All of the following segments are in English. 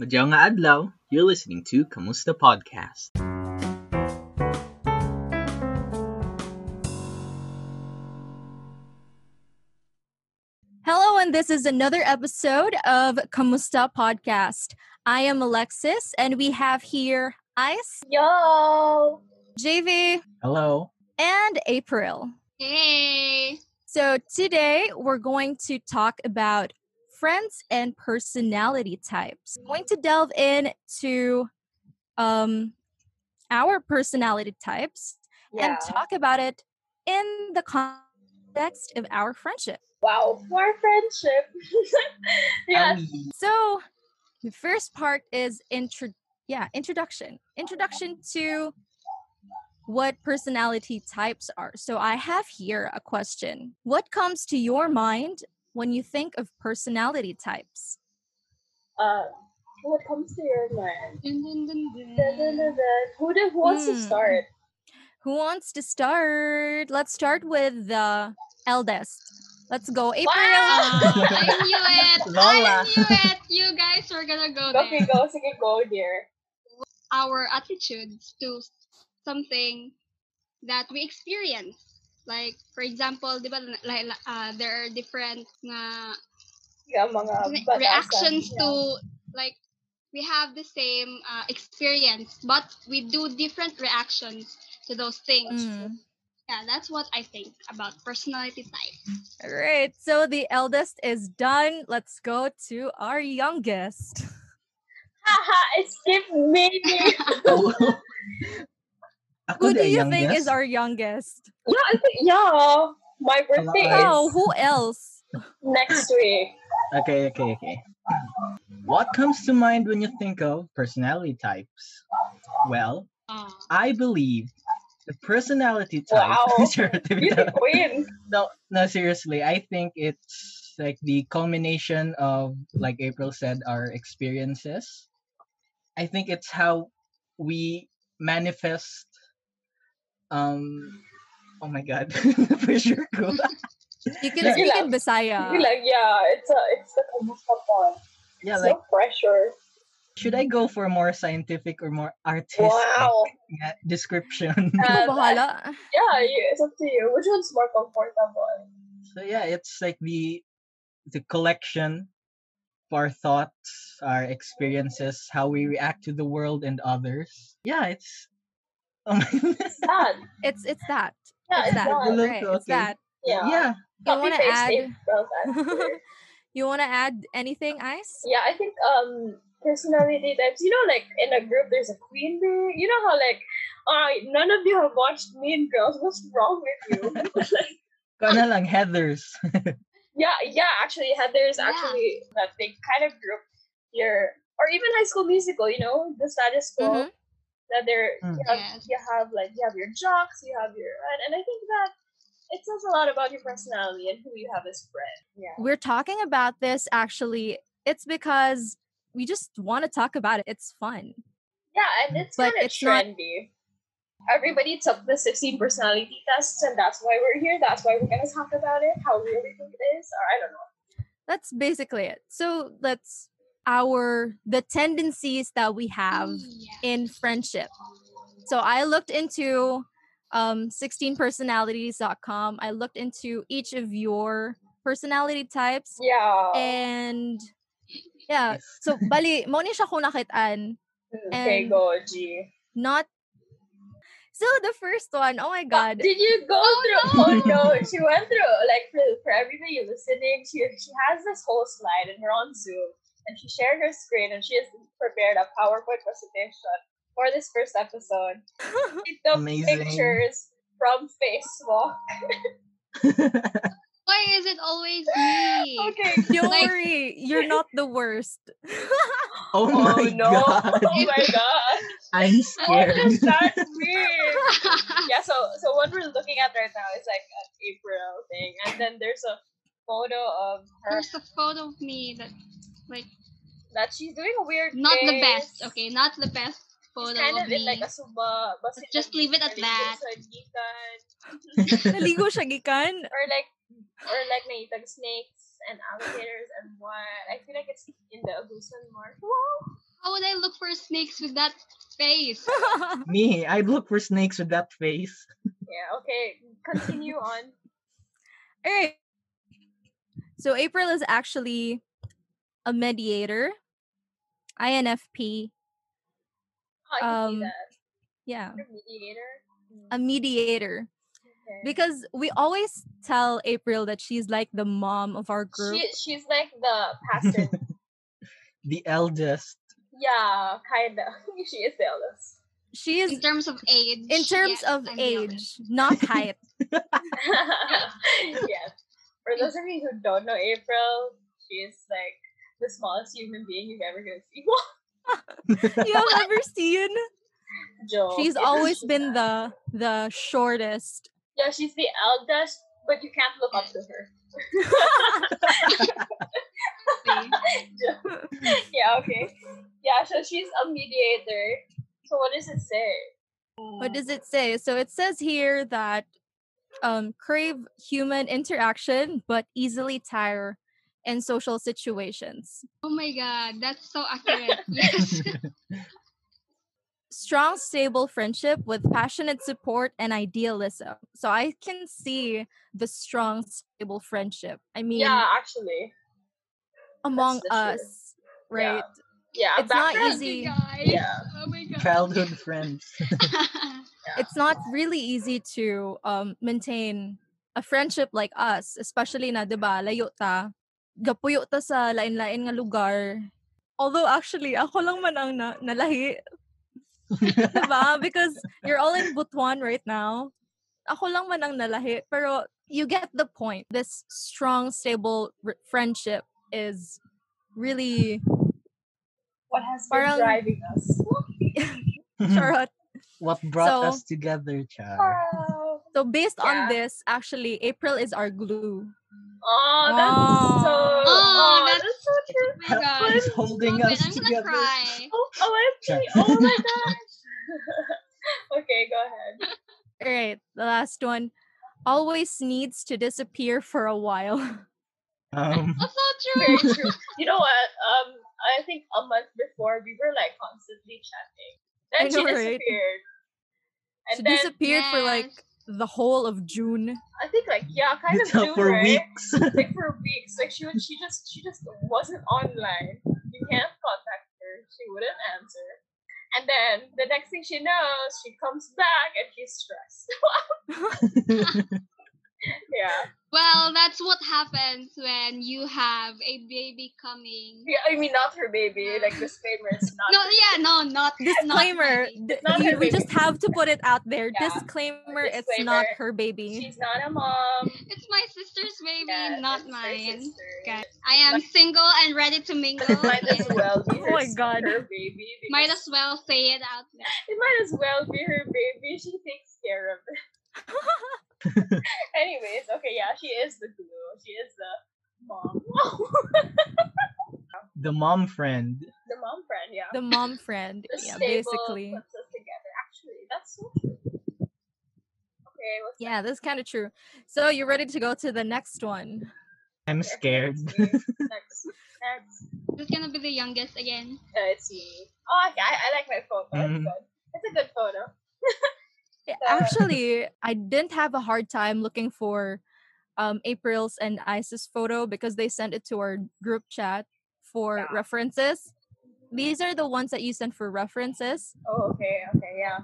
Madyaw nga adlaw. You're listening to Kamusta Podcast. Hello, and this is another episode of Kamusta Podcast. I am Alexis, and we have here Ice, Yo! JV, Hello. and April. Hey! So today we're going to talk about friends and personality types. We're going to delve into um, our personality types and talk about it in the context of our friendship. wow, more friendship. yes. Um, So the first part is intro yeah, introduction. Introduction to what personality types are. So I have here a question. What comes to your mind when you think of personality types? Uh, what comes to your mind? Dun, dun, dun, Dun, dun, dun. dun, dun. Who the, who wants to Hmm. start? Who wants to start? Let's start with the eldest. Let's go April. Wow! Ah, I knew it! Lola. I knew it! You guys were gonna go there. Okay, go. Sige, go here. Our attitudes to something that we experience. Like, for example, di ba, like, uh, there are different nga Yung mga re- batasan. reactions Ah, Yeah. to, like, we have the same uh, experience, but we do different reactions to those things. Mm. Yeah, that's what I think about personality type. All right. So the eldest is done. Let's go to our youngest. Haha, skip me! Ako Who the do you think youngest. is our youngest? no, I think, yeah. My birthday Nice. Oh, is who else? next week. Okay, okay, okay. What comes to mind when you think of personality types? Well, Uh, I believe the personality type. Wow. Sure, to be You the done. queen. no, no, seriously. I think it's like the culmination of, like April said, our experiences. I think it's how we manifest. Um, oh my god, pressure ko. You can Yeah. speak in Bisaya. You like, yeah, it's a, it's the kamusta pon. Yeah, It's like no pressure. should I go for more scientific or more artistic Wow. nga description? Ikaw Um, bahala. Yeah, you, it's up to you. Which one's more comfortable? So yeah, it's like the the collection of our thoughts, our experiences, how we react to the world and others. Yeah, it's oh my Sad. It's it's that. Yeah, It's it's that. not. Look, Right. It's okay. that. Yeah. yeah. You Copy wanna paste add- April's answer. You wanna add anything, Ice? yeah, I think um personality types. You know, like in a group, there's a queen bee. You know how like, uh, none of you have watched Mean Girls. What's wrong with you? Ko na lang heathers. yeah, yeah. Actually, Heather's Yeah. actually that big kind of group here, or even High School Musical. You know, the status Mhm. quo that they're Mm. you, have, Yes. you have like you have your jocks, you have your, and, and I think that. It says a lot about your personality and who you have as friend. Yeah. We're talking about this actually. It's because we just wanna talk about it. It's fun. Yeah, and it's But kind of it's not- trendy. Everybody took the 16 personality tests, and that's why we're here. That's why we're going to talk about it, how real we think it is, or I don't know. That's basically it. So that's our the tendencies that we have yeah. in friendship. So I looked into um 16personalities.com. I looked into each of your personality types Yeah. and yeah, so bali mo ni siya kung nakitaan okay, and- go, G. not so the first one oh my Ah, god Did you go through? Oh no, she went through. Like, for, for everybody listening, she, she has this whole slide, and we're on Zoom, and she shared her screen, and she has prepared a PowerPoint presentation for this first episode. She took Amazing. pictures from Facebook. Why is it always me? Okay, don't Like- worry you're not the worst oh Oh, my no. god. Oh my god. Oh, I'm What scared. does that mean? Yeah, so so what we're looking at right now is like an April thing. And then there's a photo of her There's a photo of me that like that she's doing a weird not the face. best. Okay, not the best photo She's kind of, of me. in like a suba. basin Just na- leave it at or that. sa gikan, naligo siya gikan Or like or like naitag snakes and alligators and what. I feel like it's in the Agusan Mark. Wow. would I look for snakes with that face? Me, I'd look for snakes with that face. Yeah, okay. Continue on. All right. So April is actually a mediator, INFP. Oh, I can Um, see that. Yeah, You're a mediator. Mm, um, a mediator. okay. Because we always tell April that she's like the mom of our group. she, she's like the pastor. The eldest. yeah, kinda. she is the eldest. She is In terms of age. in terms yes, of I'm the eldest. age, not height. yes. For those of you who don't know April, she is like the smallest human being you've ever gonna see. you have ever seen? Joke. She's It's always just been that. the the shortest. Yeah, she's the eldest, but you can't look up to her. yeah, okay. Yeah, so she's a mediator. So what does it say? What does it say? So it says here that um, crave human interaction but easily tire in social situations. Oh my god, that's so accurate. Yes. Strong, stable friendship with passionate support and idealism. So I can see the strong, stable friendship. I mean, Yeah, actually. among the truth. us, right? Yeah, It's not background- easy. Guys. Yeah. Oh my god. Childhood friends. It's not really easy to um, maintain a friendship like us, especially na, di ba, layo ta. Gapuyo ta sa lain-lain nga lugar. Although actually, ako lang man ang na- nalahi. Di ba? Because you're all in Butuan right now. Ako lang man ang nalahi. Pero you get the point. This strong, stable r- friendship is really What has been Parang- driving us? charot. what brought So- us together, Char? Wow. So based on Yeah. this, actually, April is our glue. Oh, that's Aw. so. Oh, Oh, that's, that's, so true. oh my god. It's holding Stop it, us I'm gonna together. cry. Oh, OMG. Oh my gosh. okay, go ahead. All right, the last one. Always needs to disappear for a while. Um, That's so true. Very true. You know what? Um, I think a month before we were like constantly chatting. Then I she know, right? disappeared. And she then disappeared for like Yes. the whole of June. I think like yeah, kind it's of up June, for right? weeks. Like for weeks, like she would, she just, she just wasn't online. You can't contact her. She wouldn't answer. And then the next thing she knows, she comes back and she's stressed. yeah. Well, that's what happens when you have a baby coming. yeah. I mean, not her baby. Like disclaimer, it's not. No, yeah, no, not Disclaimer. d- Not you- her we baby. just have to put it out there. Yeah. Disclaimer, it's not Disclaimer. her baby. She's not a mom. It's my sister's baby, Yeah, not it's her mine. sister. Guys, I am single and ready to mingle. Might as and well be her, Oh my God. her baby. Might because as well say it out there. It might as well be her baby. She takes care of it. Anyways, okay, yeah, she is the glue. She is the mom. the mom friend. the mom friend, yeah. The mom friend. The Yeah, stable basically. puts us together. Actually, that's so true. Okay, what's Yeah, that's kind of true. So you ready to go to the next one? I'm scared. next? Next. Who's gonna be the youngest again? Uh, it's me. Oh, okay, I, I like my photo. That's Mm. good. It's a good photo. Yeah, So- Actually, I didn't have a hard time looking for um, April's and Isis photo because they sent it to our group chat for Yeah. references. These are the ones that you sent for references. Oh, okay, okay, yeah.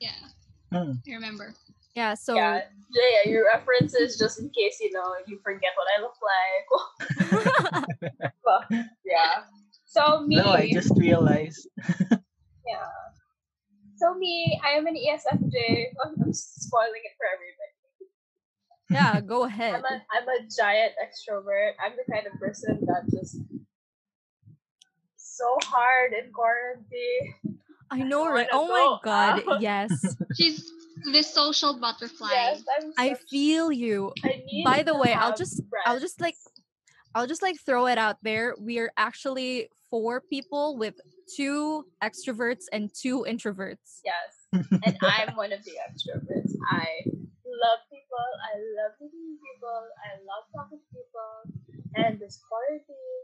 Yeah, Hmm. I remember. Yeah, so Yeah, yeah, yeah, your references just in case you know you forget what I look like. Well, yeah. So me, no, I just realized. yeah. So me, I am an E ESFJ. I'm I'm spoiling it for everybody. yeah, go ahead. I'm a, I'm a giant extrovert. I'm the kind of person that just so hard in quarantine. I know, I right? wanna Oh my go god, out. yes. She's the social butterfly. Yes, I'm. I such- feel you. I need by the to way, I'll have just- I'll friends. just, like, I'll just like throw it out there. We are actually four people with two extroverts and two introverts. Yes. And I'm one of the extroverts. I love people. I love meeting people. I love talking to people. And this quarantine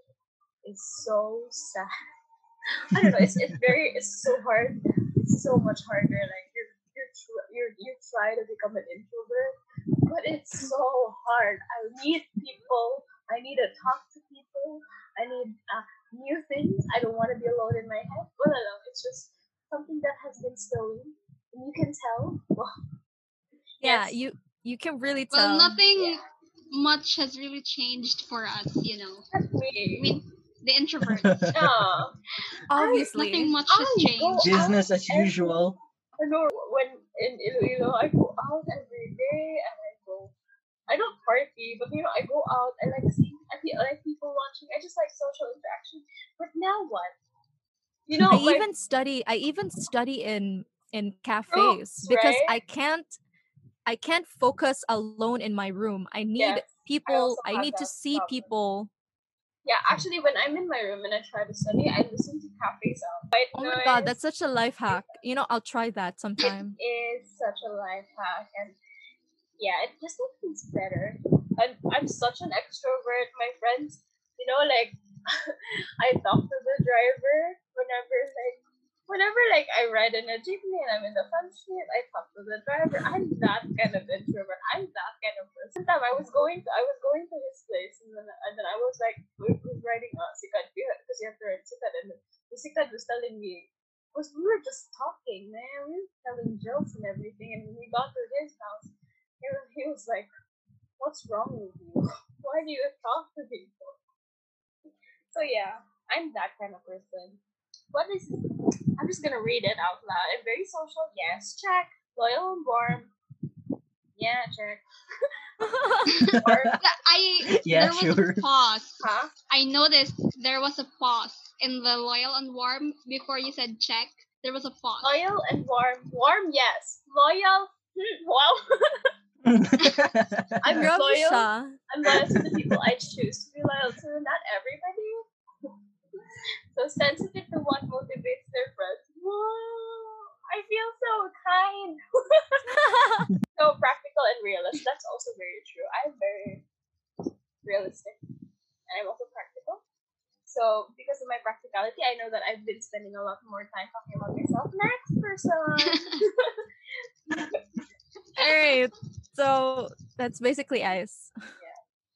is so sad. I don't know. It's, it's very. It's so hard. It's so much harder. Like you're you're tr- you're you try to become an introvert, but it's so hard. I need people. I need to talk to people. I need uh, new things. I don't want to be alone in my head. Well, I don't know. It's just something that has been stolen, and you can tell. Yeah, Yes. you you can really tell. Well, yeah. nothing much has really changed for us, you know. That's I me. mean, the introverts. ah. No. obviously. nothing much I has go changed. Business as Every- usual. I know when in Iloilo, I go out every day and I go. I don't party, but you know, I go out. I like seeing, I feel I like people watching. I just like social interaction. But now what? You know, I like, even study I even study in in cafes because I right? can't I can't focus alone in my room. I need Yes, people also I, have need to that see problem. people. yeah. Actually, when I'm in my room and I try to study, I listen to cafe sound. White Oh my noise god, that's such a life hack. You know, I'll try that sometime. is such a life hack, and yeah, it just makes things better. I'm I'm such an extrovert, my friends. You know, like I talk to the driver whenever like whenever like I ride in a jeepney and I'm in the front seat, I talk to the driver. I'm that kind of introvert. I'm that kind of person. Sometime I was going to I was going to his place and then and then I was like we- we're riding on Sikat because you have to ride Sikat and the Sikat was telling me was we were just talking, man. We were telling jokes and everything and when we got to his house he was, he was like, "What's wrong with you? Why do you talk to people?" So yeah, I'm that kind of person. What is? I'm just gonna read it out loud. I'm very social. Yes, check. Loyal and warm. Yeah, check. Or I Yeah, there was sure. a pause. huh? I noticed there was a pause in the loyal and warm before you said check. There was a pause. Loyal and warm. Warm, yes. Loyal. Hmm, well, I'm You're loyal. Misha. I'm loyal to the people I choose to be loyal to, not everybody. So sensitive to what motivates their friends. Whoa! I feel so kind. so practical and realist. That's also very true. I'm very realistic and I'm also practical. So because of my practicality, I know that I've been spending a lot more time talking about myself. Next person. All right. So that's basically ice.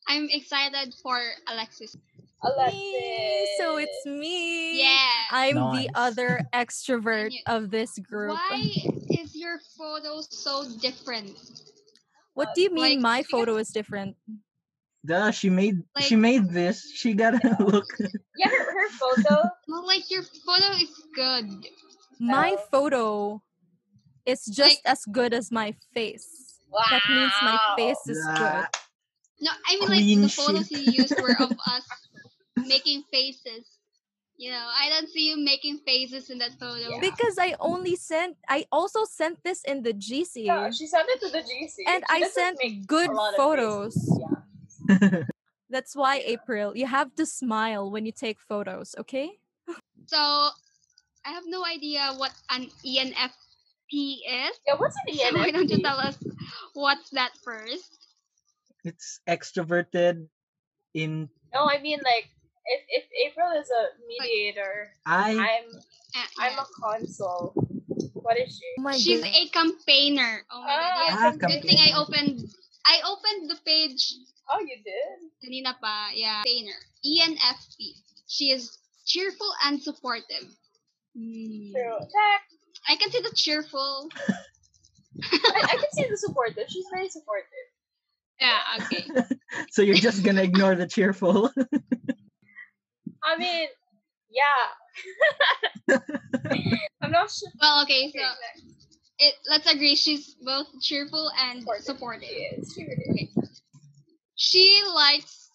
I'm excited for Alexis. Yay, Alexis. So it's me. Yeah. I'm Nice. the other extrovert you- of this group. Why is your photo so different? What do you mean Like, my because- photo is different? Duh, she made she Like- made this. She gotta look. Yeah, her, her photo. Well, like your photo is good. My Oh. photo is just as good as my face. That means my Wow. face is Ah, good. No, I mean Queen like the photos shit. you used were of us making faces. You know, I don't see you making faces in that photo. Yeah. Because I only sent I also sent this in the GC Yeah, she sent it to the GC. and She I doesn't sent make good a lot of photos. faces. Yeah. That's why April, you have to smile when you take photos, okay? So I have no idea what an E ENFP is. Yeah, what's E an So why don't you ENFP? tell us what's that first? it's extroverted. In No, I mean like if, if April is a mediator, I I'm Uh, I'm yeah. a console. What is she? Oh my She's god. a campaigner. Oh my Ah, god. Yeah. Good thing I campaigner. opened I opened the page Oh, you did. kanina pa. Yeah. Campaigner. E ENFP. She is cheerful and supportive. Hmm. True. Check. I can see the cheerful. I, I can see the supportive. She's very supportive. Yeah, okay. so you're just gonna ignore the cheerful. I mean, yeah. I'm not sure. Well, okay, so Okay, it, let's agree she's both cheerful and supportive. She supportive. is. She really is. She likes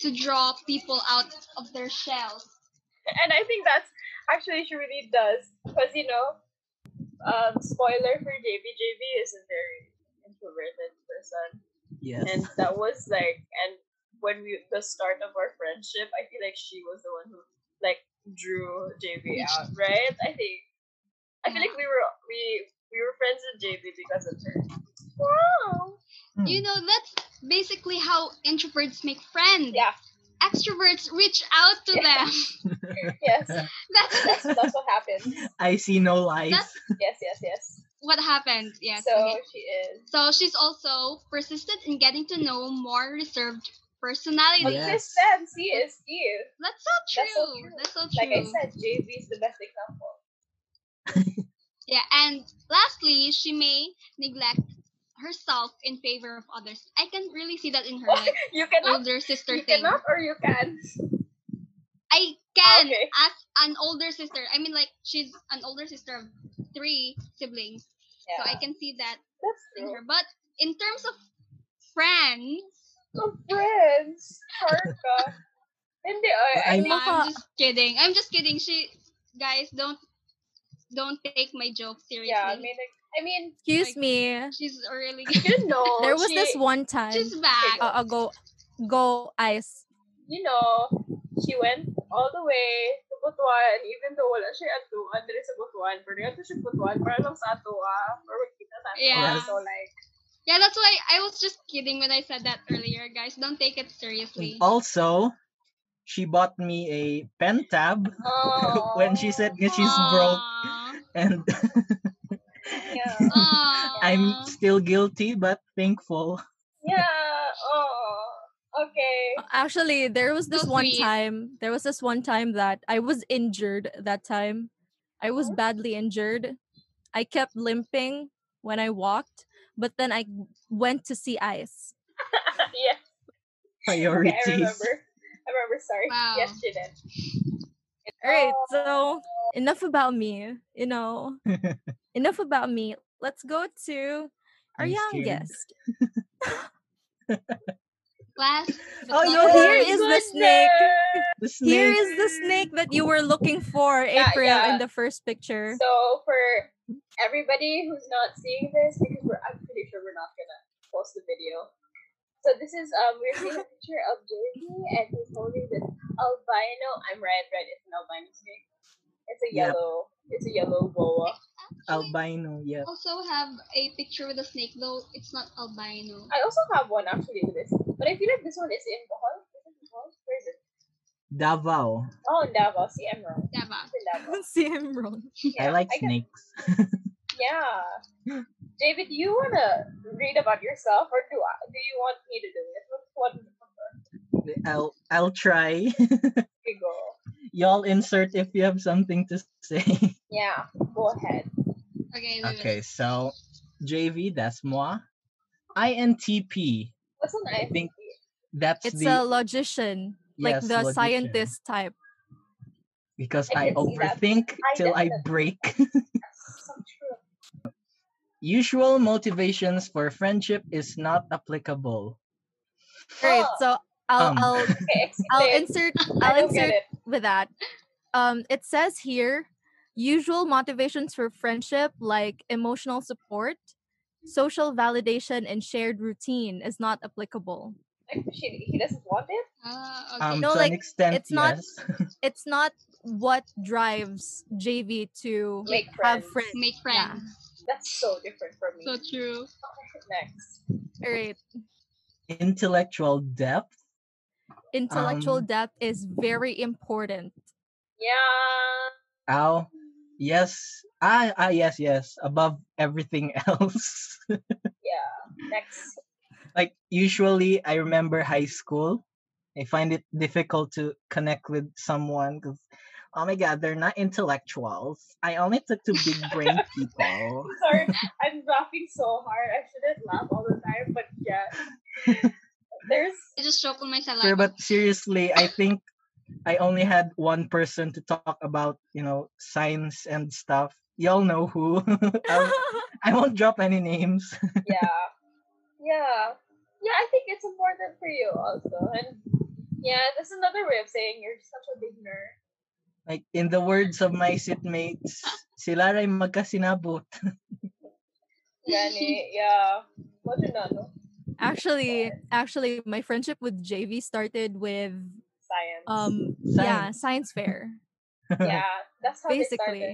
to draw people out of their shells. And I think that's actually she really does because you know, um, spoiler for JB. JB is a very introverted person. yes. and that was like and when we the start of our friendship i feel like she was the one who like drew jb Which- out right i think i feel like we were we we were friends with jb because of her wow Hmm. You know, that's basically how introverts make friends. yeah extroverts reach out to them. Yes, That's that's, that's what happened. I see no life. Yes, yes, yes. what happened. Yes. so okay. she is. So she's also persistent in getting to know more reserved personalities. But Yeah. this Yes. man, C is Steve. That's so true. That's so true. That's so true. Like I said, JB is the best example. Yeah, and lastly, she may neglect herself in favor of others. I can really see that in her like, You cannot. older sister You thing. cannot or you can. I can Okay. as an older sister. I mean, like she's an older sister of three siblings, Yeah, so I can see that that's in true. her. But in terms of friends, Oh, friends, Haruka. Hindi, oy, I I- think no, I'm Baka- just kidding. I'm just kidding. She, guys, don't don't take my joke seriously. yeah. I mean, like- I mean, Excuse me. she's really you know, There was she, this one time. she's back. Uh, uh, go, go, ice. you know, she went all the way to Butuan, even though wala siya atuan, dali sa Butuan, pero yun siya Butuan, para lang sa atua, or magkita sa atua. Yeah. So, like, Yeah, that's why I was just kidding when I said that earlier, guys. Don't take it seriously. Also, she bought me a pen tab oh. when she said that she's broke Aww. and Yeah. Aww. I'm still guilty but thankful. Yeah. Oh. Okay. Actually, there was this So one sweet. time. There was this one time that I was injured. That time, I was Oh. badly injured. I kept limping when I walked, but then I went to see ice. yeah. Okay, I Priorities. remember. I remember. Sorry. Wow. Yes, she did. All Oh, right, so enough about me. You know, enough about me. Let's go to our I'm youngest. Last. but Oh, not no, least- here is the snake. goodness! The Here snake. is the snake that you were looking for, Yeah, April, yeah. in the first picture. So for everybody who's not seeing this, because we're, I'm pretty sure we're not gonna post the video. So this is um we're seeing a picture of JB and he's holding this albino. I'm right, right? It's an albino snake. It's a Yep. yellow. It's a yellow boa. Actually, albino. Yeah. also have a picture with a snake, though it's not albino. I also have one actually with this, but I feel like this one is in Bohol. Is it in Bohol? Where is it? Davao. Oh, in Davao. See, I'm wrong. Daba. It's in Davao. see him roll. I Yeah, like I can- snakes. Yeah. David, do you wanna read about yourself, or do I, do you want me to do it? What what do you prefer? I'll I'll try. You go. Y'all insert if you have something to say. Yeah. Go ahead. Okay, we will. Okay, so JV, that's moi. INTP, What's an I think INTP? that's It's the a logician, like yes, the logician, scientist type. because I, I can see that. overthink I till I definitely- break. That's so true. Usual motivations for friendship is not applicable. Great. Oh. So I'll Um. I'll Okay, explain. I'll insert I I'll don't get insert it. with that. Um, it says here usual motivations for friendship like emotional support, social validation, and shared routine is not applicable. Like, she, he doesn't want it. Ah, okay. Um, No, to like, an extent, it's not- yes. It's not what drives JV to Make have friends. friends. Make friends. That's so different from me. So true. Next. All right. Intellectual depth. Intellectual Um. depth is very important. Yeah. Ow. Yes. Ah, ah, yes, yes. Above everything else. Yeah. Next. like usually I remember high school. I find it difficult to connect with someone because oh my god, they're not intellectuals. I only took to big brain people. Sorry, I'm laughing so hard. I shouldn't laugh all the time, but yeah. There's I just choke on my Sure, saliva. but seriously, I think I only had one person to talk about, you know, science and stuff. Y'all know who. I'll- I won't drop any names. yeah, yeah, yeah. I think it's important for you also, and yeah, that's another way of saying you're such a big nerd. Like in the words of my sitmates, sila ray magkasinabot. Gani, yeah. What you not know? actually actually my friendship with jv started with Science. um yeah science fair yeah, that's how they started basically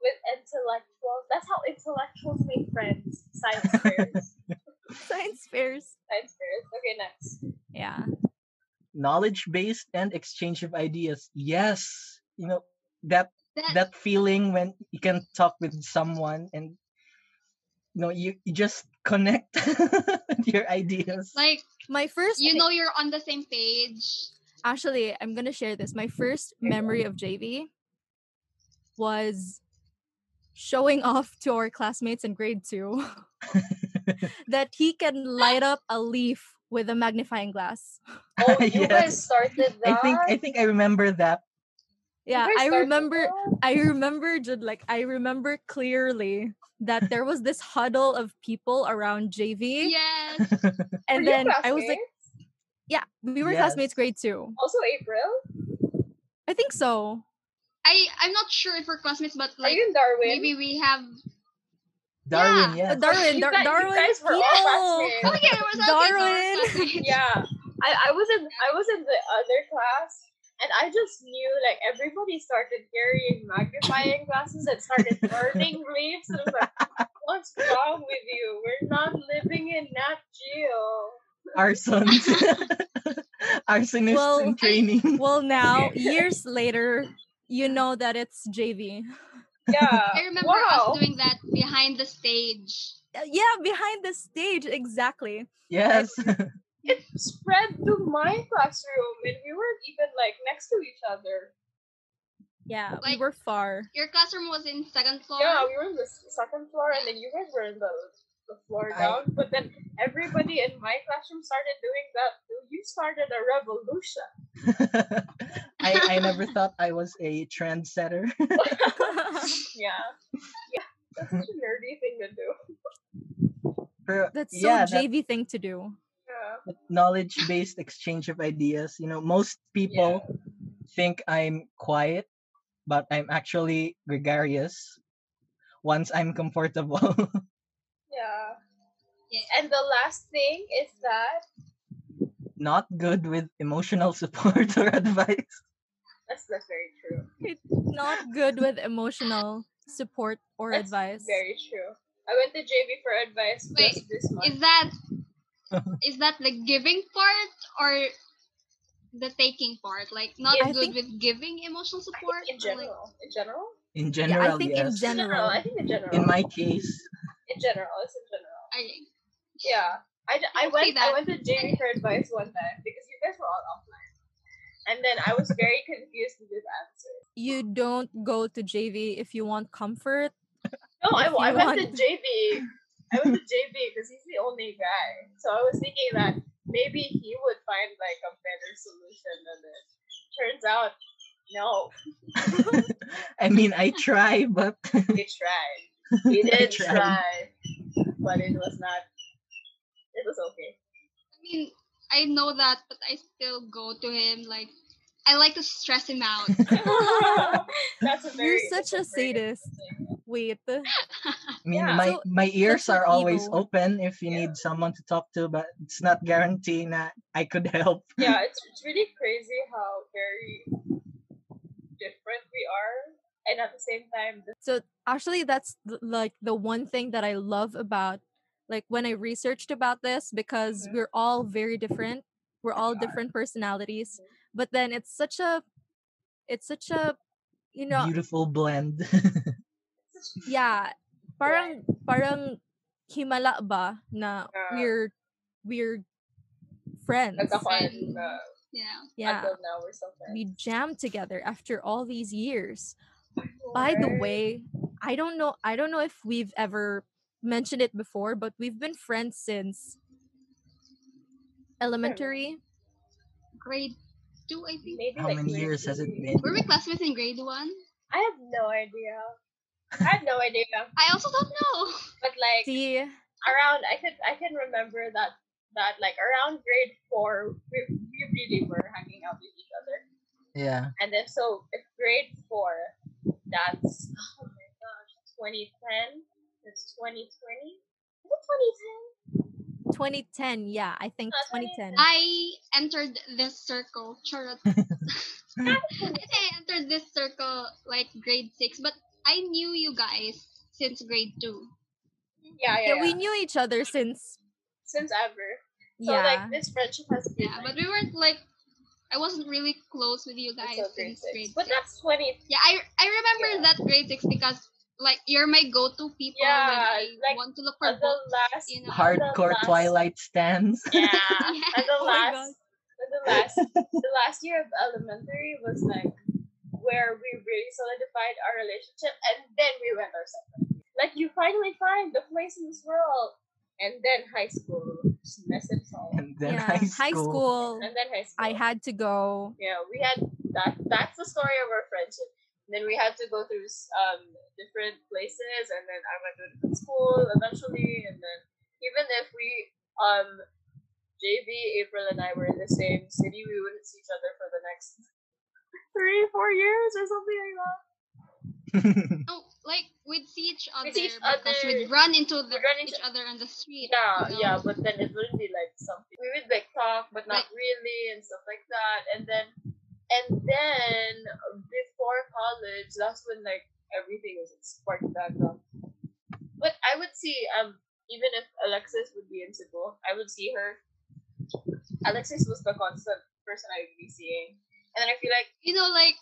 with intellectuals. That's how intellectuals make friends. Science fairs. science fairs Science fairs. Okay, next. yeah knowledge based and exchange of ideas. Yes, you know that That, that feeling when you can talk with someone and you know you, you just connect your ideas. like My first you know you're on the same page. actually i'm gonna share this my first memory of jv was showing off to our classmates in grade two that he can light up a leaf with a magnifying glass Oh, you Yes. guys started I that. think I think I remember that. You yeah guys i started remember that? i remember Jud, like i remember clearly that there was this huddle of people around jv Yes. and Were you then i was like classmates? yeah we were Yes. classmates grade two also April. i think so I I'm not sure if we're classmates, but Are like you in Darwin? maybe we have. Darwin, Yeah, yes. But darwin You Dar- guys- you darwin guys were all people classmates. Oh yeah, it was Darwin. Okay, yeah I, I was in i was in the other class and i just knew like everybody started carrying magnifying glasses and started burning leaves and i was like what's wrong with you we're not living in nat geo Arsons. Arsonists Well, in training. well now years later you know that it's jv yeah I remember wow us doing that behind the stage. Uh, yeah behind the stage exactly yes. it spread to my classroom and we weren't even like next to each other yeah we Like- were far Your classroom was in second floor. Yeah, we were in the s- second floor, and then you guys were in the, the floor I- down. But then everybody in my classroom started doing that. too. You started a revolution. I, I never thought I was a trendsetter. Yeah, yeah, that's such a nerdy thing to do. For- that's so yeah, that- jv thing to do Yeah. that knowledge-based exchange of ideas. You know, most people think I'm quiet, but I'm actually gregarious. Once I'm comfortable, Yeah. Yeah. And the last thing is that not good with emotional support or advice. that's that's very true. not good with emotional support or That's advice Very true. I went to JB for advice Wait, just this month. Is that is that the giving part or the taking part? Like not I good think- with giving emotional support. in or, like- general, in general, In yeah general, i think in yes. in general, general I think in general, In my case, in general, it's in general. Okay. Yeah. I, d- I can went I see that. went to JV for advice one time because you guys were all offline. And then I was very confused with his answer. you don't go to jv if you want comfort No, I, If I you went to want- JV. I went to JV because he's the only guy. So I was thinking that maybe he would find like a better solution than it. Turns out, no, I mean, I try, but he tried. He did tried. try, but it was not. It was okay. I mean, I know that, but I still go to him. Like, I like to stress him out. That's a you're very. such a that's very- sadist wait I mean, Yeah. my So, my ears such an are always evil. open if you Yeah. need someone to talk to, but it's not guaranteeing that I could help. yeah, it's, it's really crazy how very different we are, and at the same time, the so actually that's th- like the one thing that i love about like when i researched about this because Mhm. we're all very different we're all different personalities Mm-hmm. but then it's such a it's such a you know Beautiful blend. yeah parang parang himala ba na Yeah. we're we're friends nagkakaroon na yeah. yeah until uh, now we're so friends. we jam together after all these years By the way, I don't know I don't know if we've ever mentioned it before, but we've been friends since elementary. Grade two, I think. maybe How like many grade years has it three. been? Were we classmates in grade one? I have no idea. I have no idea, I also don't know. but like See, around, I can I can remember that that like around grade four, we, we really were hanging out with each other. Yeah. And then so if grade four, that's oh my gosh, 2010. It's 2020. Is it 2010, yeah, I think Ah, 2010. I entered this circle. Charot. I think I entered this circle like grade six, but I knew you guys since grade two. 2010? Yeah, yeah, Yeah, yeah. we knew each other since Since ever. So yeah. like this friendship has been Yeah, like, but we weren't like I wasn't really close with you guys until grade since grade six. But six. that's 20. Yeah, I I remember Yeah. that grade six because like you're my go-to people when Yeah, I like, uh, want to look for Until books. last. you know. Hardcore last- Twilight stands. Yeah. Yeah. And the Oh my last, and the last, the last year of elementary was like where we really solidified our relationship, and then we went our separate. ways. Like you finally find the place in this world, and then high school just messed it all, up. And then yeah. high school. school, and then high school. I had to go. Yeah, we had that. That's the story of our friendship. And then we had to go through um different places, and then I went to a different school eventually. And then even if we um JV, April, and I were in the same city, we wouldn't see each other for the next three, four years or something like that. No, like we'd see each other We'd see each because other- we'd run into the we'd run into- each other on the street. Yeah, you know? yeah, but then it wouldn't be like something. We would like talk, but not really, and stuff like that. And then, and then before college, that's when like everything was sparked back up. But I would see um even if Alexis would be in Cebu, I would see her. Alexis was the constant person I would be seeing, and then I feel like You know, like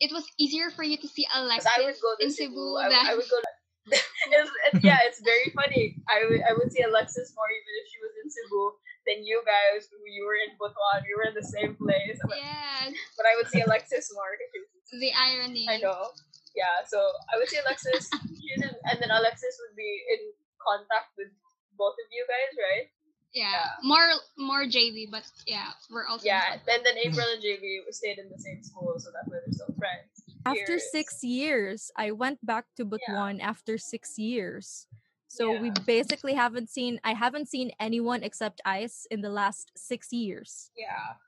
it was easier for you to see Alexis because I would go to in Cebu, Cebu I, would- than I would go. To, it's, it- yeah, it's very funny. I would I would see Alexis more even if she was in Cebu than you guys who you were in Butuan. We were in the same place, but, yeah, but I would see Alexis more because she was in the irony. Cebu. I know. Yeah, so I would see Alexis, she's in, and then Alexis would be in contact with both of you guys, right? Yeah. Yeah. more more JV, but yeah, we're also Yeah, and then April and JV stayed in the same school, so that's why they're still friends. After Years. six years, I went back to Butuan after six years. So we basically haven't seen I haven't seen anyone except Ice in the last six years Yeah.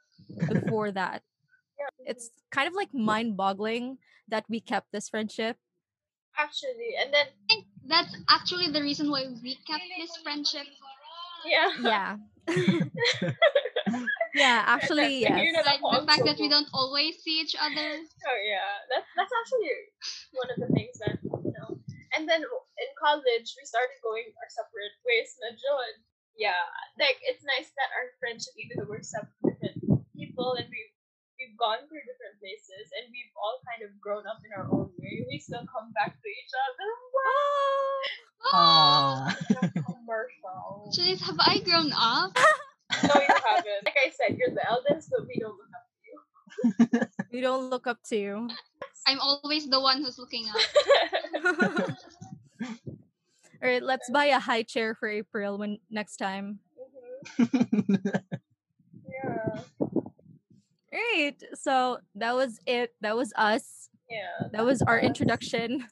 before that. Yeah. It's kind of like mind boggling that we kept this friendship. actually, and then I think that's actually the reason why we kept this friendship. yeah. Yeah. yeah, actually, Yeah, yes. you're not Like the also fact that we good. don't always see each other. Oh yeah, that's that's actually one of the things that you know. And then in college, we started going our separate ways, na John. Yeah, like it's nice that our friendship, even though we're separate different people, and we we've gone through different places, and we've all kind of grown up in our own way. We still come back to each other. Oh. Wow, Aw. commercial. Jeez, have I grown up? No, you haven't. Like I said, you're the eldest, but we don't look up to you. We don't look up to you. I'm always the one who's looking up. All right, let's buy a high chair for April when next time. Mhm. Yeah, All right. So that was it. That was us. yeah. That was our Us. introduction.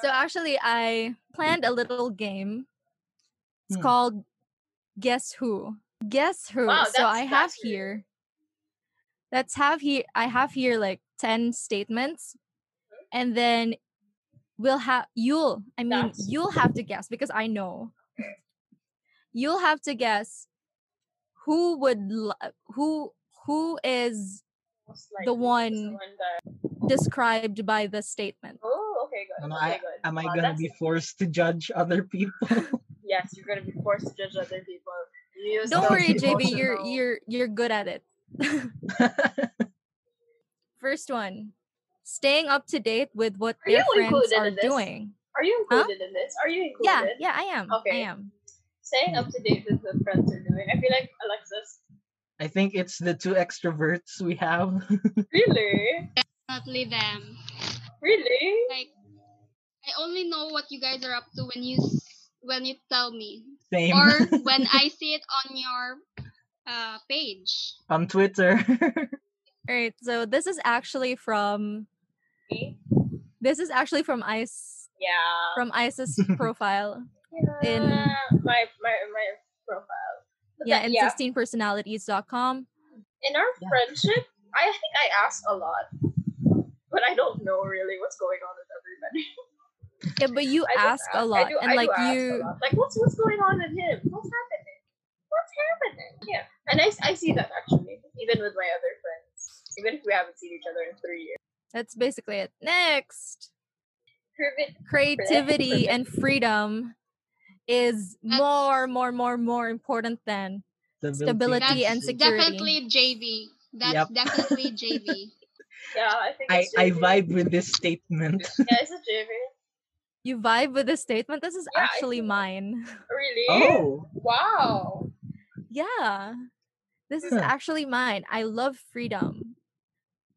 So actually I planned a little game. It's Hmm. called Guess Who. Guess who? Wow, so that's- I have that's really- here Let's have here I have here like 10 statements Hmm. and then we'll have you'll I mean That's- you'll have to guess because I know. you'll have to guess who would li- who who is Most likely the it's one- one that- described by the statement. Oh, okay, good. Am okay, I, good. am I Wow, gonna that's- be forced to judge other people? Yes, you're gonna be forced to judge other people. You use Don't those worry, JB, you're emotional- you're you're good at it. First one. Staying up to date with what Are their you friends included are in this? doing. Are you Huh? included in this? Are you Yeah, included? yeah, I am. I Okay. am. Staying up to date with what friends are doing. I feel like Alexis. I think it's the two extroverts we have. Really? Definitely them. Really? Like I only know what you guys are up to when you s- when you tell me Same or when I see it on your uh, page. on Twitter. All right. So this is actually from Me? this is actually from Ice Yeah. from Ice's profile. yeah. in- my my my profile. But Yeah, then, in yeah. 16personalities.com. in our Yeah. friendship, I think I ask a lot, but I don't know really what's going on with everybody. Yeah, but you I do ask a lot I do, and I like do ask you a lot. like what's what's going on with him? What's happening? What's happening? Yeah, and I, I see that actually, even with my other friends, even if we haven't seen each other in three years. that's basically it. Next. Criven- creativity and freedom is That's- more, more, more, more important than Stability. Stability and That's security. definitely JV. Yep. That's definitely JV. Yeah, I think I, it's I JV. vibe with this statement. Yeah, it's a JV. You vibe with the statement. This is Yeah, I actually think- mine. Really? Oh, Wow. Yeah. This is Huh. actually mine. I love freedom.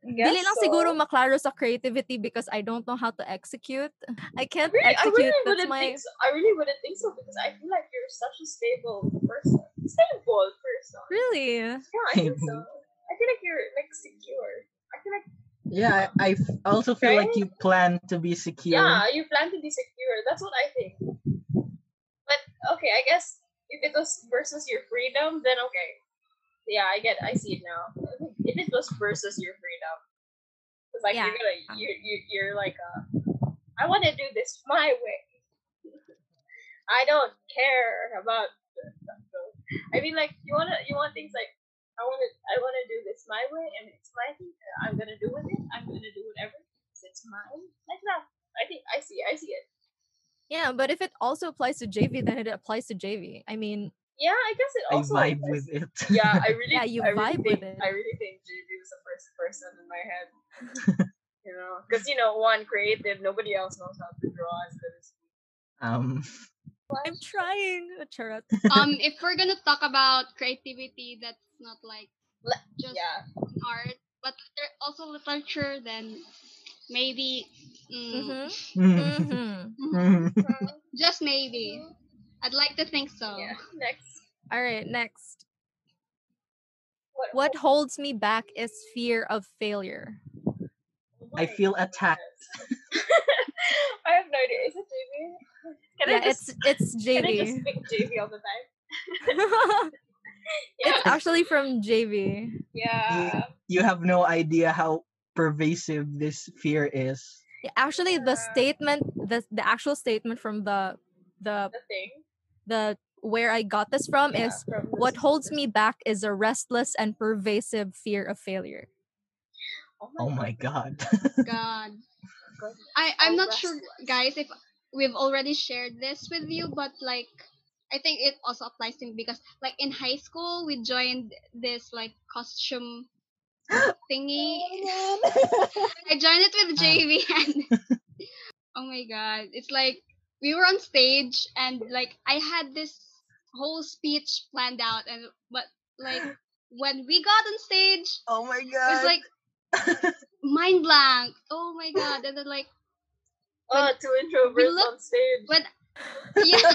Guess Dili lang so. siguro maklaro sa creativity because I don't know how to execute. I can't Really, I execute. really That's wouldn't my think so. I really wouldn't think so because I feel like you're such a stable person, stable person. really. Yeah, I think so. I feel like you're like secure. I feel like yeah, I, I f- also feel like Right? you plan to be secure. yeah, you plan to be secure. That's what I think. But okay, I guess if it was versus your freedom, then okay. Yeah, I get. I see it now. If it was versus your freedom, because like you're gonna, you you you're like, uh, I want to do this my way. I don't care about. The, the- the- I mean, like you wanna you want things like I wanna I wanna do this my way and it's my thing. and I'm gonna do with it. I'm gonna do whatever. 'cause It's mine. Like that. I think I see. I see it. Yeah, but if it also applies to JV, then it applies to JV. I mean, Yeah, I guess it I also. vibe applies- with it. Yeah, I really. Yeah, you I really vibe think, with it. I really think JB was the first person in my head. you know, because you know, one creative. Nobody else knows how to draw as good as me. um, I'm trying. Oh, Charot. um, if we're gonna talk about creativity, that's not like Le- just Yeah. an art, but there also literature. Then maybe, mm, Mm-hmm. mm, Mm-hmm. mm. just maybe. I'd like to think so. Yeah. Next. All right, next. What? What holds me back is fear of failure. oh I my feel attacked. goodness. I have no idea. Is it JB? Can yeah, I just it's it's can I just JV. pick JB all the time? Yeah. it's actually from JV. yeah. You have no idea how pervasive this fear is. Yeah, Actually, the Yeah. statement, the the actual statement from the the The thing. the where I got this from Yeah, Um, is from this- what holds me back is a restless and pervasive fear of failure. Oh my, Oh my god. God, goodness. I I'm How not sure, restless. guys, if we've already shared this with you, but like. I think it also applies to me because, like, in high school, we joined this like costume thingy. I joined it Ah. with JV and oh my god, it's like we were on stage and like I had this whole speech planned out and but like when we got on stage oh my it god. was like mind blank. Oh my god, and then like Oh, two introverts look- on stage. when yeah,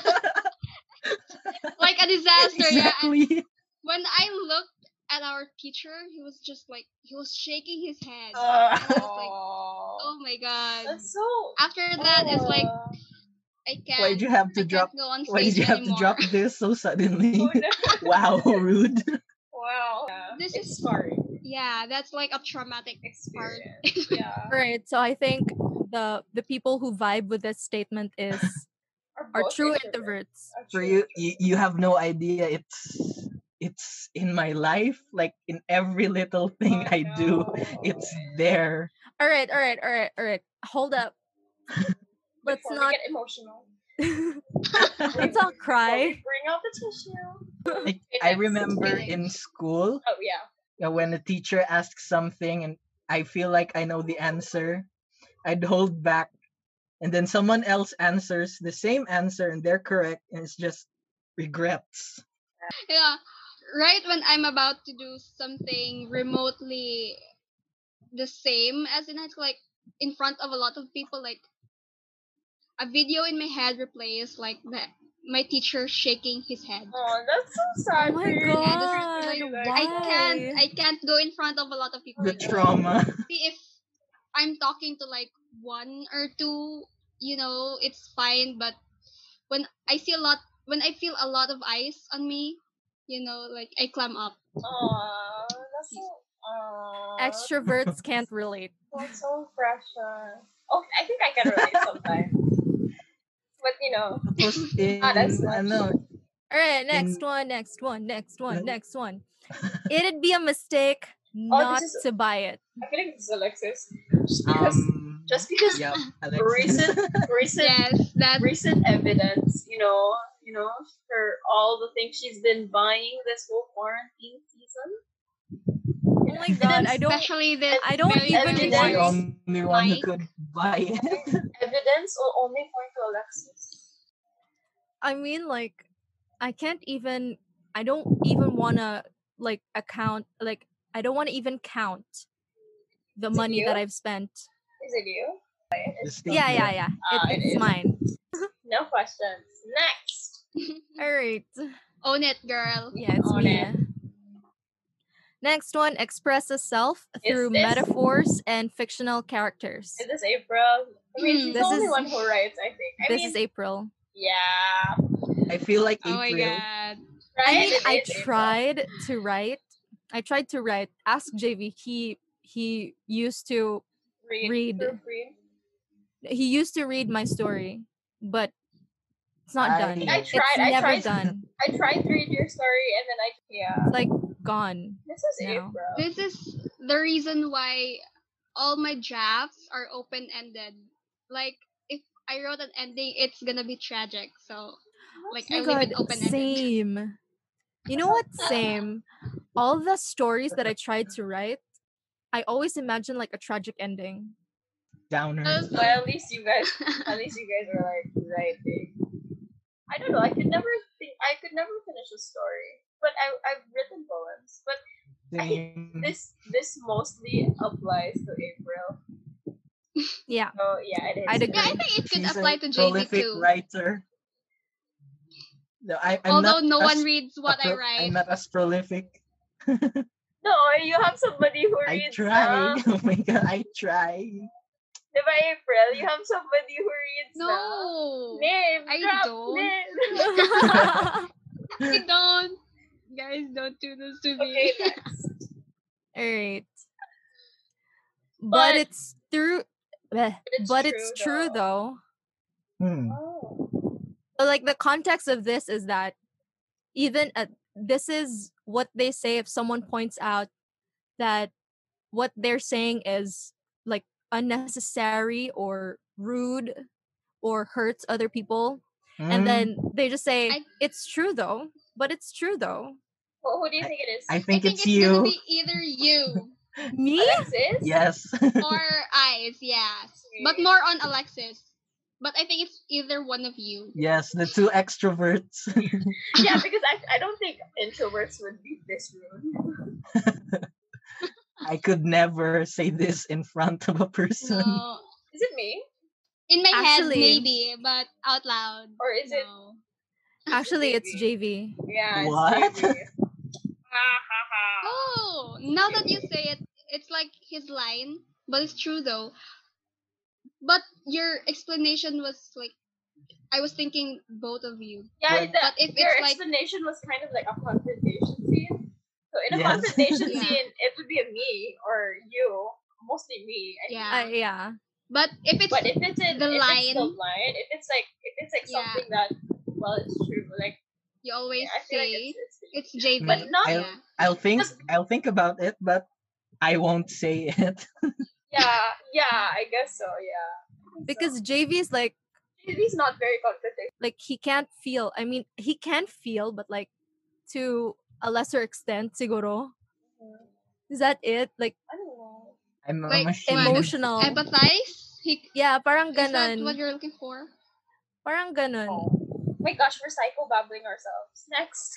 like a disaster. Yeah, and exactly. when I looked at our teacher, he was just like he was shaking his head. Ah. And I was like, Oh, oh my god. that's so. After that, it's like Oh. I can't. Why'd you have I to drop? can't go on stage Why did you have anymore. to drop this so suddenly? Oh, no. wow, rude. Wow. Yeah. This it's is- scarring Yeah, that's like a traumatic part. experience. Yeah. All right, so I think the the people who vibe with this statement is are both true introverts. introverts. Are For true you, introverts. you, you have no idea. It's it's in my life, like in every little thing Oh, I do. no. It's there. All right, all right, all right, all right. Hold up. Let's Before not We get emotional. let's all Before cry. we bring out the tissue. Like, It I is. remember It in school Oh yeah. you know, uh, when a teacher asks something and I feel like I know the answer, I'd hold back, and then someone else answers the same answer and they're correct, and it's just regrets. Yeah, right when I'm about to do something remotely the same as in high school, like in front of a lot of people, like a video in my head replays like the, my teacher shaking his head. Oh, that's so Oh sad. my for you. god. I just- Why? I can't. I can't go in front of a lot of people. the like that. trauma. See if I'm talking to like one or two, you know, it's fine. But when I see a lot, when I feel a lot of eyes on me, you know, like I clam up. Aw, that's so. Aw, Extroverts can't relate. That's so precious. Oh, I think I can relate sometimes. But you know, Tapos in, Ah, that's much. ano, All right, next In- one, next one, next one, Ano? next one. It'd be a mistake not Oh, is- to buy it. I feel like it's Alexis. Just because, um, just because yeah, recent, recent, Yes, that recent evidence. You know, you know, for all the things she's been buying this whole quarantine season. Oh my god, I don't especially this I don't very even early I want- morning. only one who Mike. could buy it. Evidence will only point to Alexis. I mean, like, I can't even. I don't even want to like account. Like, I don't want to even count the Is it money you? that I've spent. Is it you? Just think Yeah, that- yeah, yeah. It, Ah, it it's is. mine. No questions. Next. All right. Own it, girl. Yeah, it's Own me. it. Next one: expresses self Is through this- metaphors and fictional characters. Is this April? I mean, Hmm, she's this the only is- one who writes, I think. I this mean, is April. yeah. I feel like Oh my April. god. Right? I mean, It I is April. tried to write. I tried to write. Ask JV. He he used to read. proofread. he used to read my story, but it's not I- done. I it's tried- I never tried. done. I tried to read your story and then I yeah. It's like gone. This is No. April. This is the reason why all my drafts are open ended. Like if I wrote an ending, it's gonna be tragic. So like I Oh leave my it god, open ended. same. You know what? Same. All the stories that I tried to write, I always imagine like a tragic ending. Downer. As- Well, at least you guys, at least you guys are like writing. I don't know. I could never think. I could never finish a story. But I, I've written poems. But Same. this, this mostly applies to April. Yeah. So yeah, it is. I'd yeah, I agree. think it could She's apply a to JV prolific too. writer. No, I, I'm Although not no as one reads what I appro- I'm write. not as prolific. No, you have somebody who I reads. uh, uh, try. na. Oh my god, I try. Diba, April? You have somebody who reads. na. No. Name. I drop, don't. name. I don't. Guys, don't do this to me. okay, next. All right. But, But- it's through bleh, it's but it's true true, though. though. Hmm. Oh. But, like the context of this is that even at, this is what they say if someone points out that what they're saying is like unnecessary or rude or hurts other people Hmm. and then they just say I- it's true though but it's true though Well, who do you think it is? I I think think it's, it's, you. gonna be either you me Alexis? Yes. or Eyes, yeah. But more on Alexis. But I think it's either one of you. yes, the two extroverts. Yeah, because I, I don't think introverts would leave this room. I could never say this in front of a person. No. Is it me? In my Actually- head, maybe, but out loud. Or is it- no. actually it's Maybe. jv Yeah, it's What? JV. ha ha ha. Oh, now that you say it, it's like his line, but it's true though. But your explanation was like, I was thinking both of you. Yeah, But- the, But if their it's like, explanation was kind of like a confrontation scene. So in a Yes. confrontation Yeah. scene, it would be a me or you, mostly me. I think. yeah. uh, yeah But if it's But if it's in, The if it's the line. line, if it's like if it's like Yeah. something that well, it's true. Like you always I feel like say it's, it's me. it's JV. But not- yeah. I'll think I'll think about it, but I won't say it. yeah, yeah. I guess so. Yeah. because jv is like he's not very confrontational. like he can't feel i mean he can feel but like to a lesser extent siguro is that it like I don't know. I'm a Like, machine. emotional Eh, Empathize? He, yeah parang is that what ganun you're looking for? parang ganun Oh. My gosh, we're psycho babbling ourselves. Next,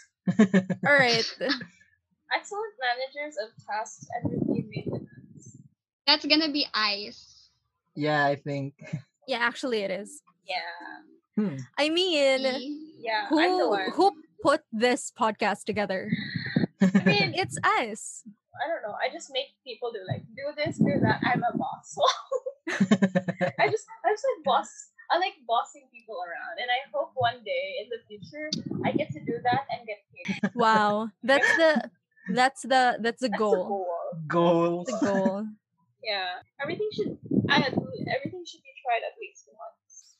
all right excellent managers of tasks and routine maintenance. That's gonna be eyes. Yeah, I think. yeah actually it is Yeah, Hmm. i mean E. yeah. I'm the who one. who put this podcast together? I mean, It's us. I don't know. I just make people do like do this, do that. I'm a boss. I just I just like boss. I like bossing people around, and I hope one day in the future I get to do that and get paid. That's Wow. That's the that's the that's the the goal. goal. Goals. The goal. Yeah, everything should. I everything should be tried at least once.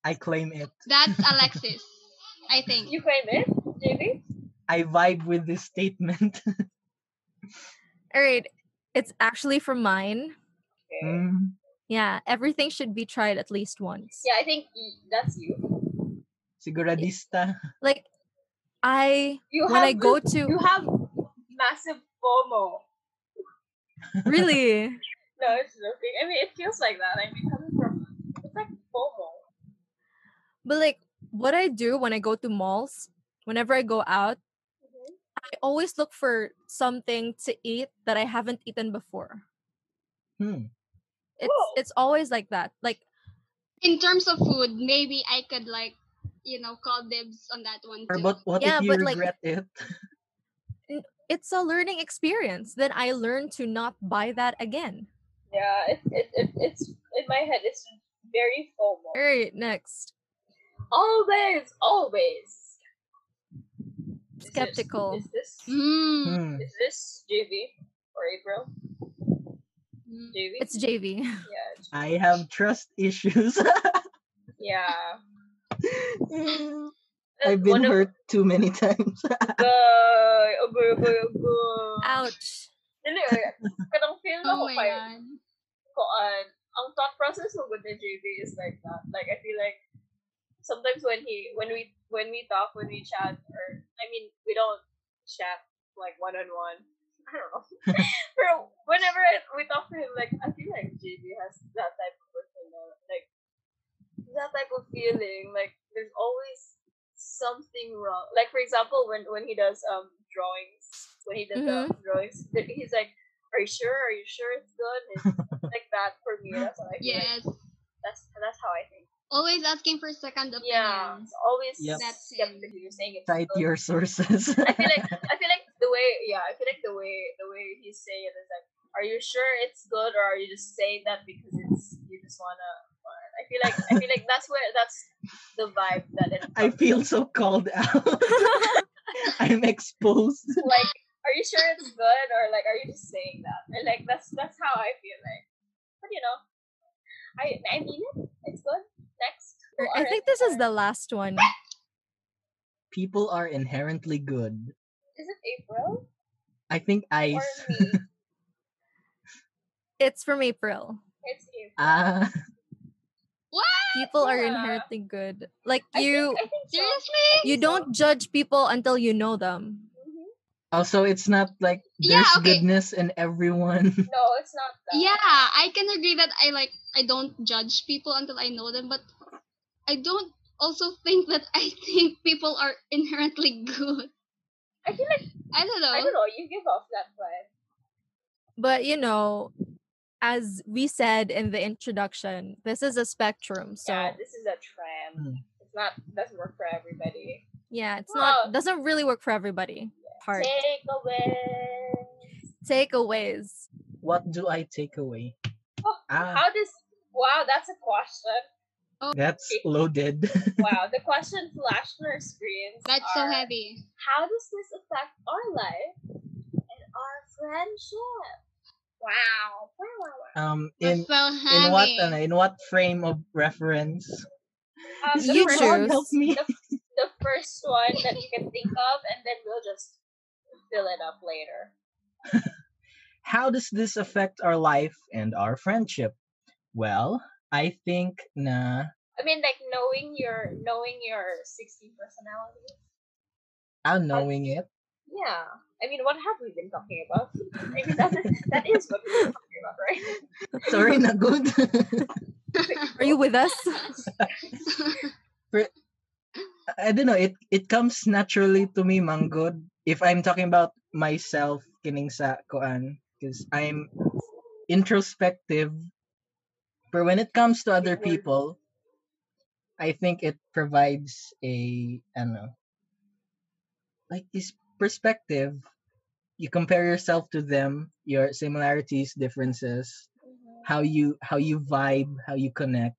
I claim it. That's Alexis, I think. You claim it, JB? I vibe with this statement. All right. It's actually from mine. Mm. Okay. Hmm. Yeah, everything should be tried at least once. Yeah, I think y- that's you. Siguradista. Like I You when I have- go You to have massive FOMO. really? No, it's joking. I mean, it feels like that. I mean, coming from it's like FOMO. But like what I do when I go to malls, whenever I go out, Mhm. I always look for something to eat that I haven't eaten before. Hmm. It's Whoa. it's always like that. Like In terms of food, maybe I could like, you know, call dibs on that one Or too. But what Yeah, if you but, like- regret it? it's a learning experience. Then I learn to not buy that again. Yeah, it, it, it it's in my head. It's very FOMO. All right, next. Always, always. Is this- Skeptical. Is this is Mm. Hmm. this JV or April? Mm. JV. It's JV. yeah, it's- I have trust issues. yeah. Mm-hmm. I've One been of oh hurt too many times. Agoy, agoy, agoy, agoy. Ouch. Dili, eh, kanang feel Oh ako my kayo. god. Koan, ang thought process mo good ni JB is like that. Like, I feel like sometimes when he, when we, when we talk, when we chat, or, I mean, we don't chat, like, one-on-one. I don't know. Pero whenever I, we talk to him, like, I feel like JB has that type of person, na- like, that type of feeling. Like, there's always something wrong. Like, for example, when, when he does um drawings, when he did the drawings, th- he's like, are you sure? Are you sure it's good? It's like that for me. That's what I feel. Yes. That's that's how I think. Always asking for second opinion. Yeah, it's always Yep. That's it. skeptical. You're saying it's Oh. Cite good. your sources. I feel like I feel like the way yeah, I feel like the way the way he's saying it is like, are you sure it's good or are you just saying that because it's you just wanna? or- I feel like I feel like that's where that's the vibe that it. I comes feel so called out. I'm exposed. from. like, are you sure it's good or like are you just saying that? And like that's that's how I feel like. But you know, I I mean it. It's good. Next. Or- Cool, I alright, think this is alright. the last one. People are inherently good. Is it April I think or I. me? It's from April. It's April. Ah, People are Yeah. inherently good. Like I think- you I think so. Seriously? you don't judge people until you know them. Mhm. also, it's not like Yeah, there's okay. goodness in everyone. No, it's not that. Yeah, I can agree that I like I don't judge people until I know them, but I don't also think that I think people are inherently good. I feel like I don't know. I don't know. You give off that vibe. But you know, as we said in the introduction, this is a spectrum. So yeah, this is a tram. Hmm. It's not doesn't work for everybody. yeah, it's Wow. not doesn't really work for everybody. Part Take away. takeaways. What do I take away? Oh, Ah, How does? Wow, that's a question. that's okay. loaded. Wow, the question flashed on our screens. That's so are, heavy. How does this affect our life and our friendship? Wow. Wow. Wow. wow. Um, in That's so heavy. in what ano, in what frame of reference? Um, the You first- God choose. help me. the, the first one that you can think of, and then we'll just fill it up later. How does this affect our life and our friendship? Well, I think na I mean, like knowing your knowing your sixteen personality. I'm ah, knowing it. Yeah, I mean, what have we been talking about? I mean, that is, that is what we've been talking about, right? Sorry na good. Are you with us? I don't know. It it comes naturally to me, manggod. If I'm talking about myself, kining sa koan, because I'm introspective. But when it comes to other Word. people, I think it provides a ano, like this perspective. You compare yourself to them, your similarities, differences, Mhm. how you how you vibe, how you connect.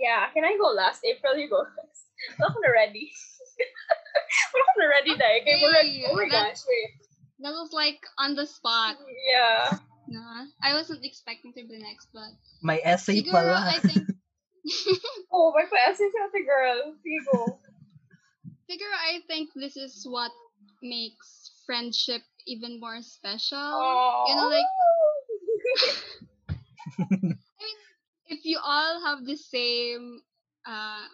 Yeah, can I go last? April, you go first. Wala ko na ready. Wala ko na ready na. eh. Kaya mo lang, oh my gosh, wait. that was like on the spot. Yeah. No, I wasn't expecting to be next, but My essay siguro pala. I think Oh, magpa-essay sa ate girl. Sige, go. siguro I think this is what makes friendship even more special. Oh. Um, You know, like Aww. I mean, if you all have the same, uh,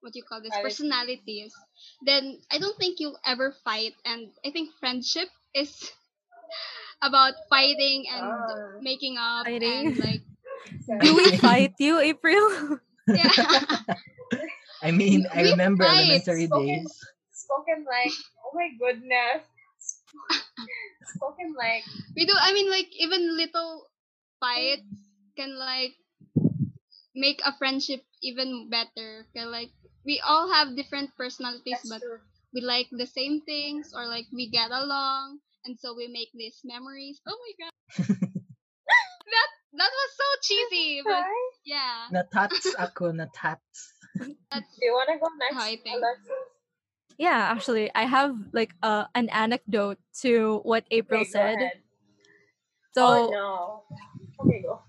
what do you call this, Quality. personalities, then I don't think you'll ever fight. And I think friendship is about fighting and Ah. making up Fighting. and like Do Sorry. we fight you, April? yeah. I mean, I We remember fight, elementary spoken- days. Spoken like, oh my goodness. Spoken like, we do I mean like even little fights can like make a friendship even better. Can like we all have different personalities that's but true. we like the same things or like we get along and so we make these memories. Oh my god. that that was so cheesy, but Hi. yeah. Natats ako, natats. Do you want to go next? Hi, thank- Alexis? yeah, actually, I have like uh, an anecdote to what April Okay, go said. ahead. So oh no. Okay, go.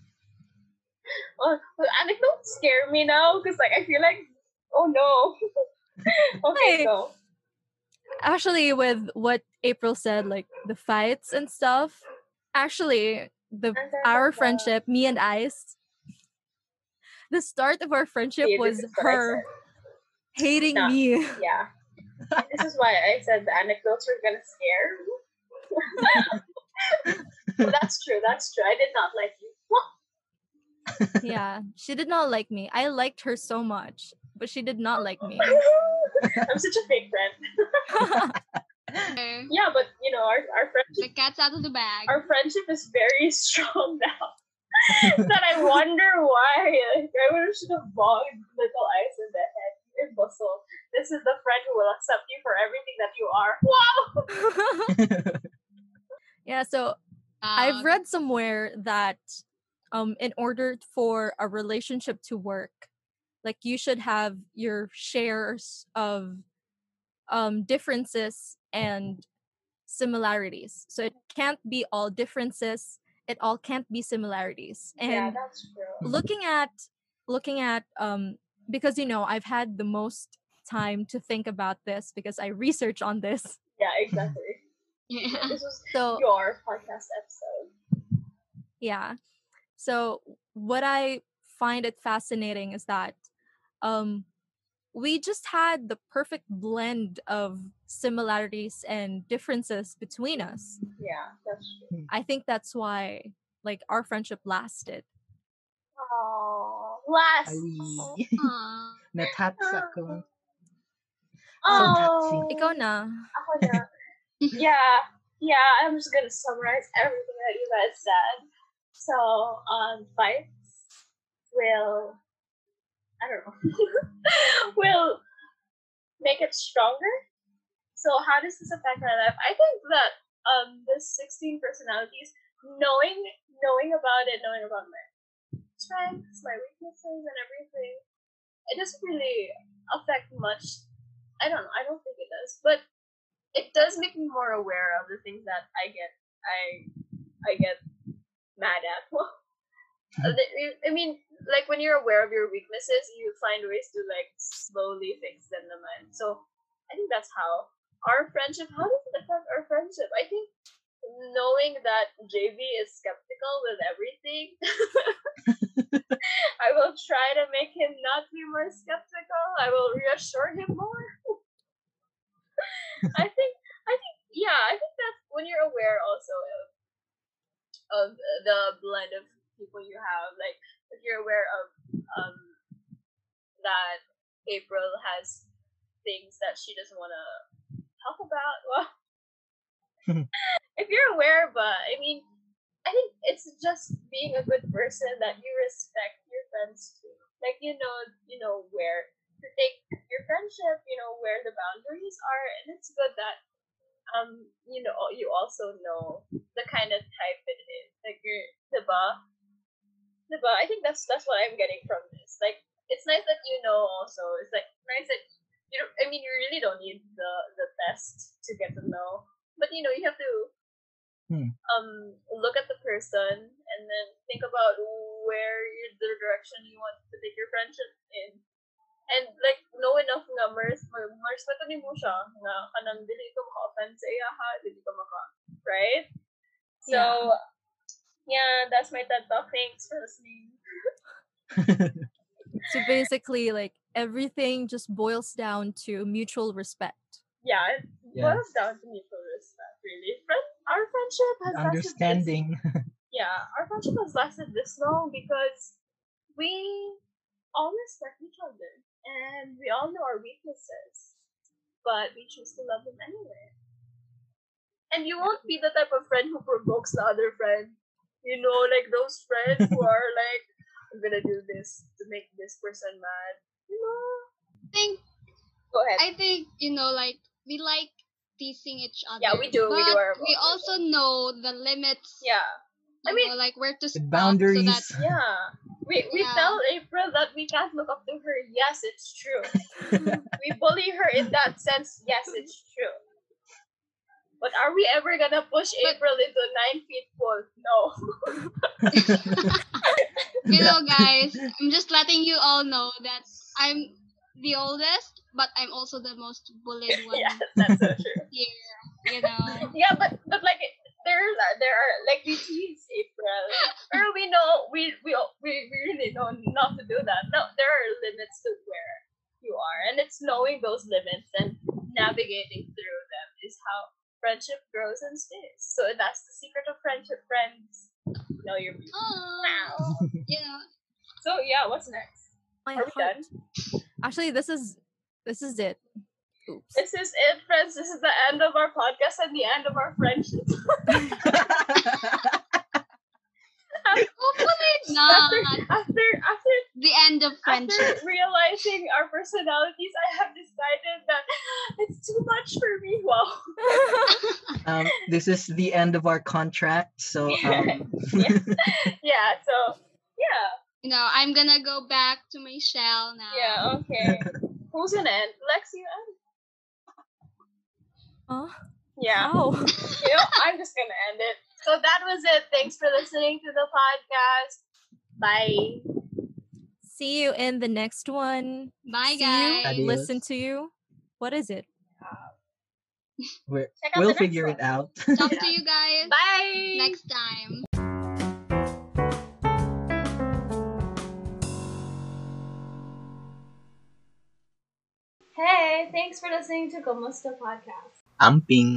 Oh, well, anecdotes scare me now because like I feel like, oh no. okay, Hey. go. actually with what April said, like the fights and stuff, actually the And then our the- friendship, me and Ice, the start of our friendship See, was this is what I her hating Nah. me. said. Yeah. this is why I said the anecdotes were gonna scare me. But that's true. That's true. I did not like you. yeah. She did not like me. I liked her so much, but she did not like me. I'm such a fake friend. Okay. Yeah, but you know, our, our friendship The cat's out of the bag. our friendship is very strong now. that I wonder why. Like, I would have should have bogged little ice in the head. Imbecile. This is the friend who will accept you for everything that you are. Wow. yeah, so Um, I've read somewhere that um in order for a relationship to work, like you should have your shares of um differences and similarities. So it can't be all differences, it all can't be similarities. yeah, And that's true. looking at looking at um because you know, I've had the most time to think about this because I research on this. Yeah, exactly. Yeah. This was So your podcast episode. Yeah. So what I find it fascinating is that um we just had the perfect blend of similarities and differences between us. Yeah, that's true. I think that's why like our friendship lasted. Oh, last. Ay, Aw. natats ako. Oh, So Ikaw na. ako na. yeah, yeah. I'm just gonna summarize everything that you guys said. So, um, fights will, I don't know, will make it stronger. So, how does this affect my life? I think that um, the 16 personalities, knowing knowing about it, knowing about my strengths, my weaknesses, and everything, it doesn't really affect much. I don't know. I don't think it does, but it does make me more aware of the things that I get I I get mad at. Uh, the- I mean, like when you're aware of your weaknesses, you find ways to like slowly fix them. And so I think that's how our friendship. How does it affect our friendship? I think knowing that JB is skeptical with everything, I will try to make him not be more skeptical. I will reassure him more. I think I think yeah, I think that's when you're aware also of of the blend of people you have. Like if you're aware of um that April has things that she doesn't want to talk about. Well, if you're aware, but I mean, I think it's just being a good person that you respect your friends too. Like you know, you know where to take your friendship. You know where the boundaries are, and it's good that um you know you also know the kind of type it is. Like you're the ba, the ba. I think that's that's what I'm getting from this. Like it's nice that you know. Also, it's like nice that you. Don't, I mean, you really don't need the the test to get to know but you know you have to Hmm. um look at the person and then think about where you, the direction you want to take your friendship in and like know enough nga mars mars pa ni mo siya nga kanang dili ka maka-offend sa iya ha dili ka maka right so yeah that's my TED talk thanks for listening So basically like everything just boils down to mutual respect. yeah it Yeah. boils down to mutual respect really friend our friendship has lasted this, understanding. yeah, our friendship has lasted this long because we all respect each other and we all know our weaknesses, but we choose to love them anyway. And you won't be the type of friend who provokes the other friend. You know, like those friends who are like, I'm gonna do this to make this person mad. You know, I think go ahead. I think you know, like we like teasing each other. Yeah, we do, But we do our- we also know the limits. yeah. I you mean- know, like where to The stop boundaries. So that Yeah. We we Yeah. tell April that we can't look up to her. Yes, it's true. we bully her in that sense. Yes, it's true. But are we ever gonna push But- April into a nine feet pole? No. you know, guys, I'm just letting you all know that I'm the oldest, but I'm also the most bullied one yeah, that's so true. here. You know, Yeah, but but like there are there are like we tease April, or we know we we we we really know not to do that. No, there are limits to where you are, and it's knowing those limits and navigating through them is how friendship grows and stays. So that's the secret of friendship, friends. Know your oh, you know, so yeah. What's next? My Are we heart- done? Actually, this is this is it. Oops. This is it, friends. This is the end of our podcast and the end of our friendship. Oh hopefully not After after after the end of friendship. After realizing our personalities, I have decided that it's too much for me. Wow. um, this is the end of our contract, so um, yeah. So yeah. You know, I'm gonna go back to my shell now. Yeah. Okay. Who's gonna end? Lex, you end. Huh? Yeah. Wow. You know, I'm just gonna end it. So that was it. Thanks for listening to the podcast. Bye. See you in the next one. Bye, See you, guys. Adios. Listen to you. What is it? we're, Check out we'll the next figure one. it out. Talk to you guys Bye. next time. Hey, thanks for listening to Gomusta Podcast. Amping.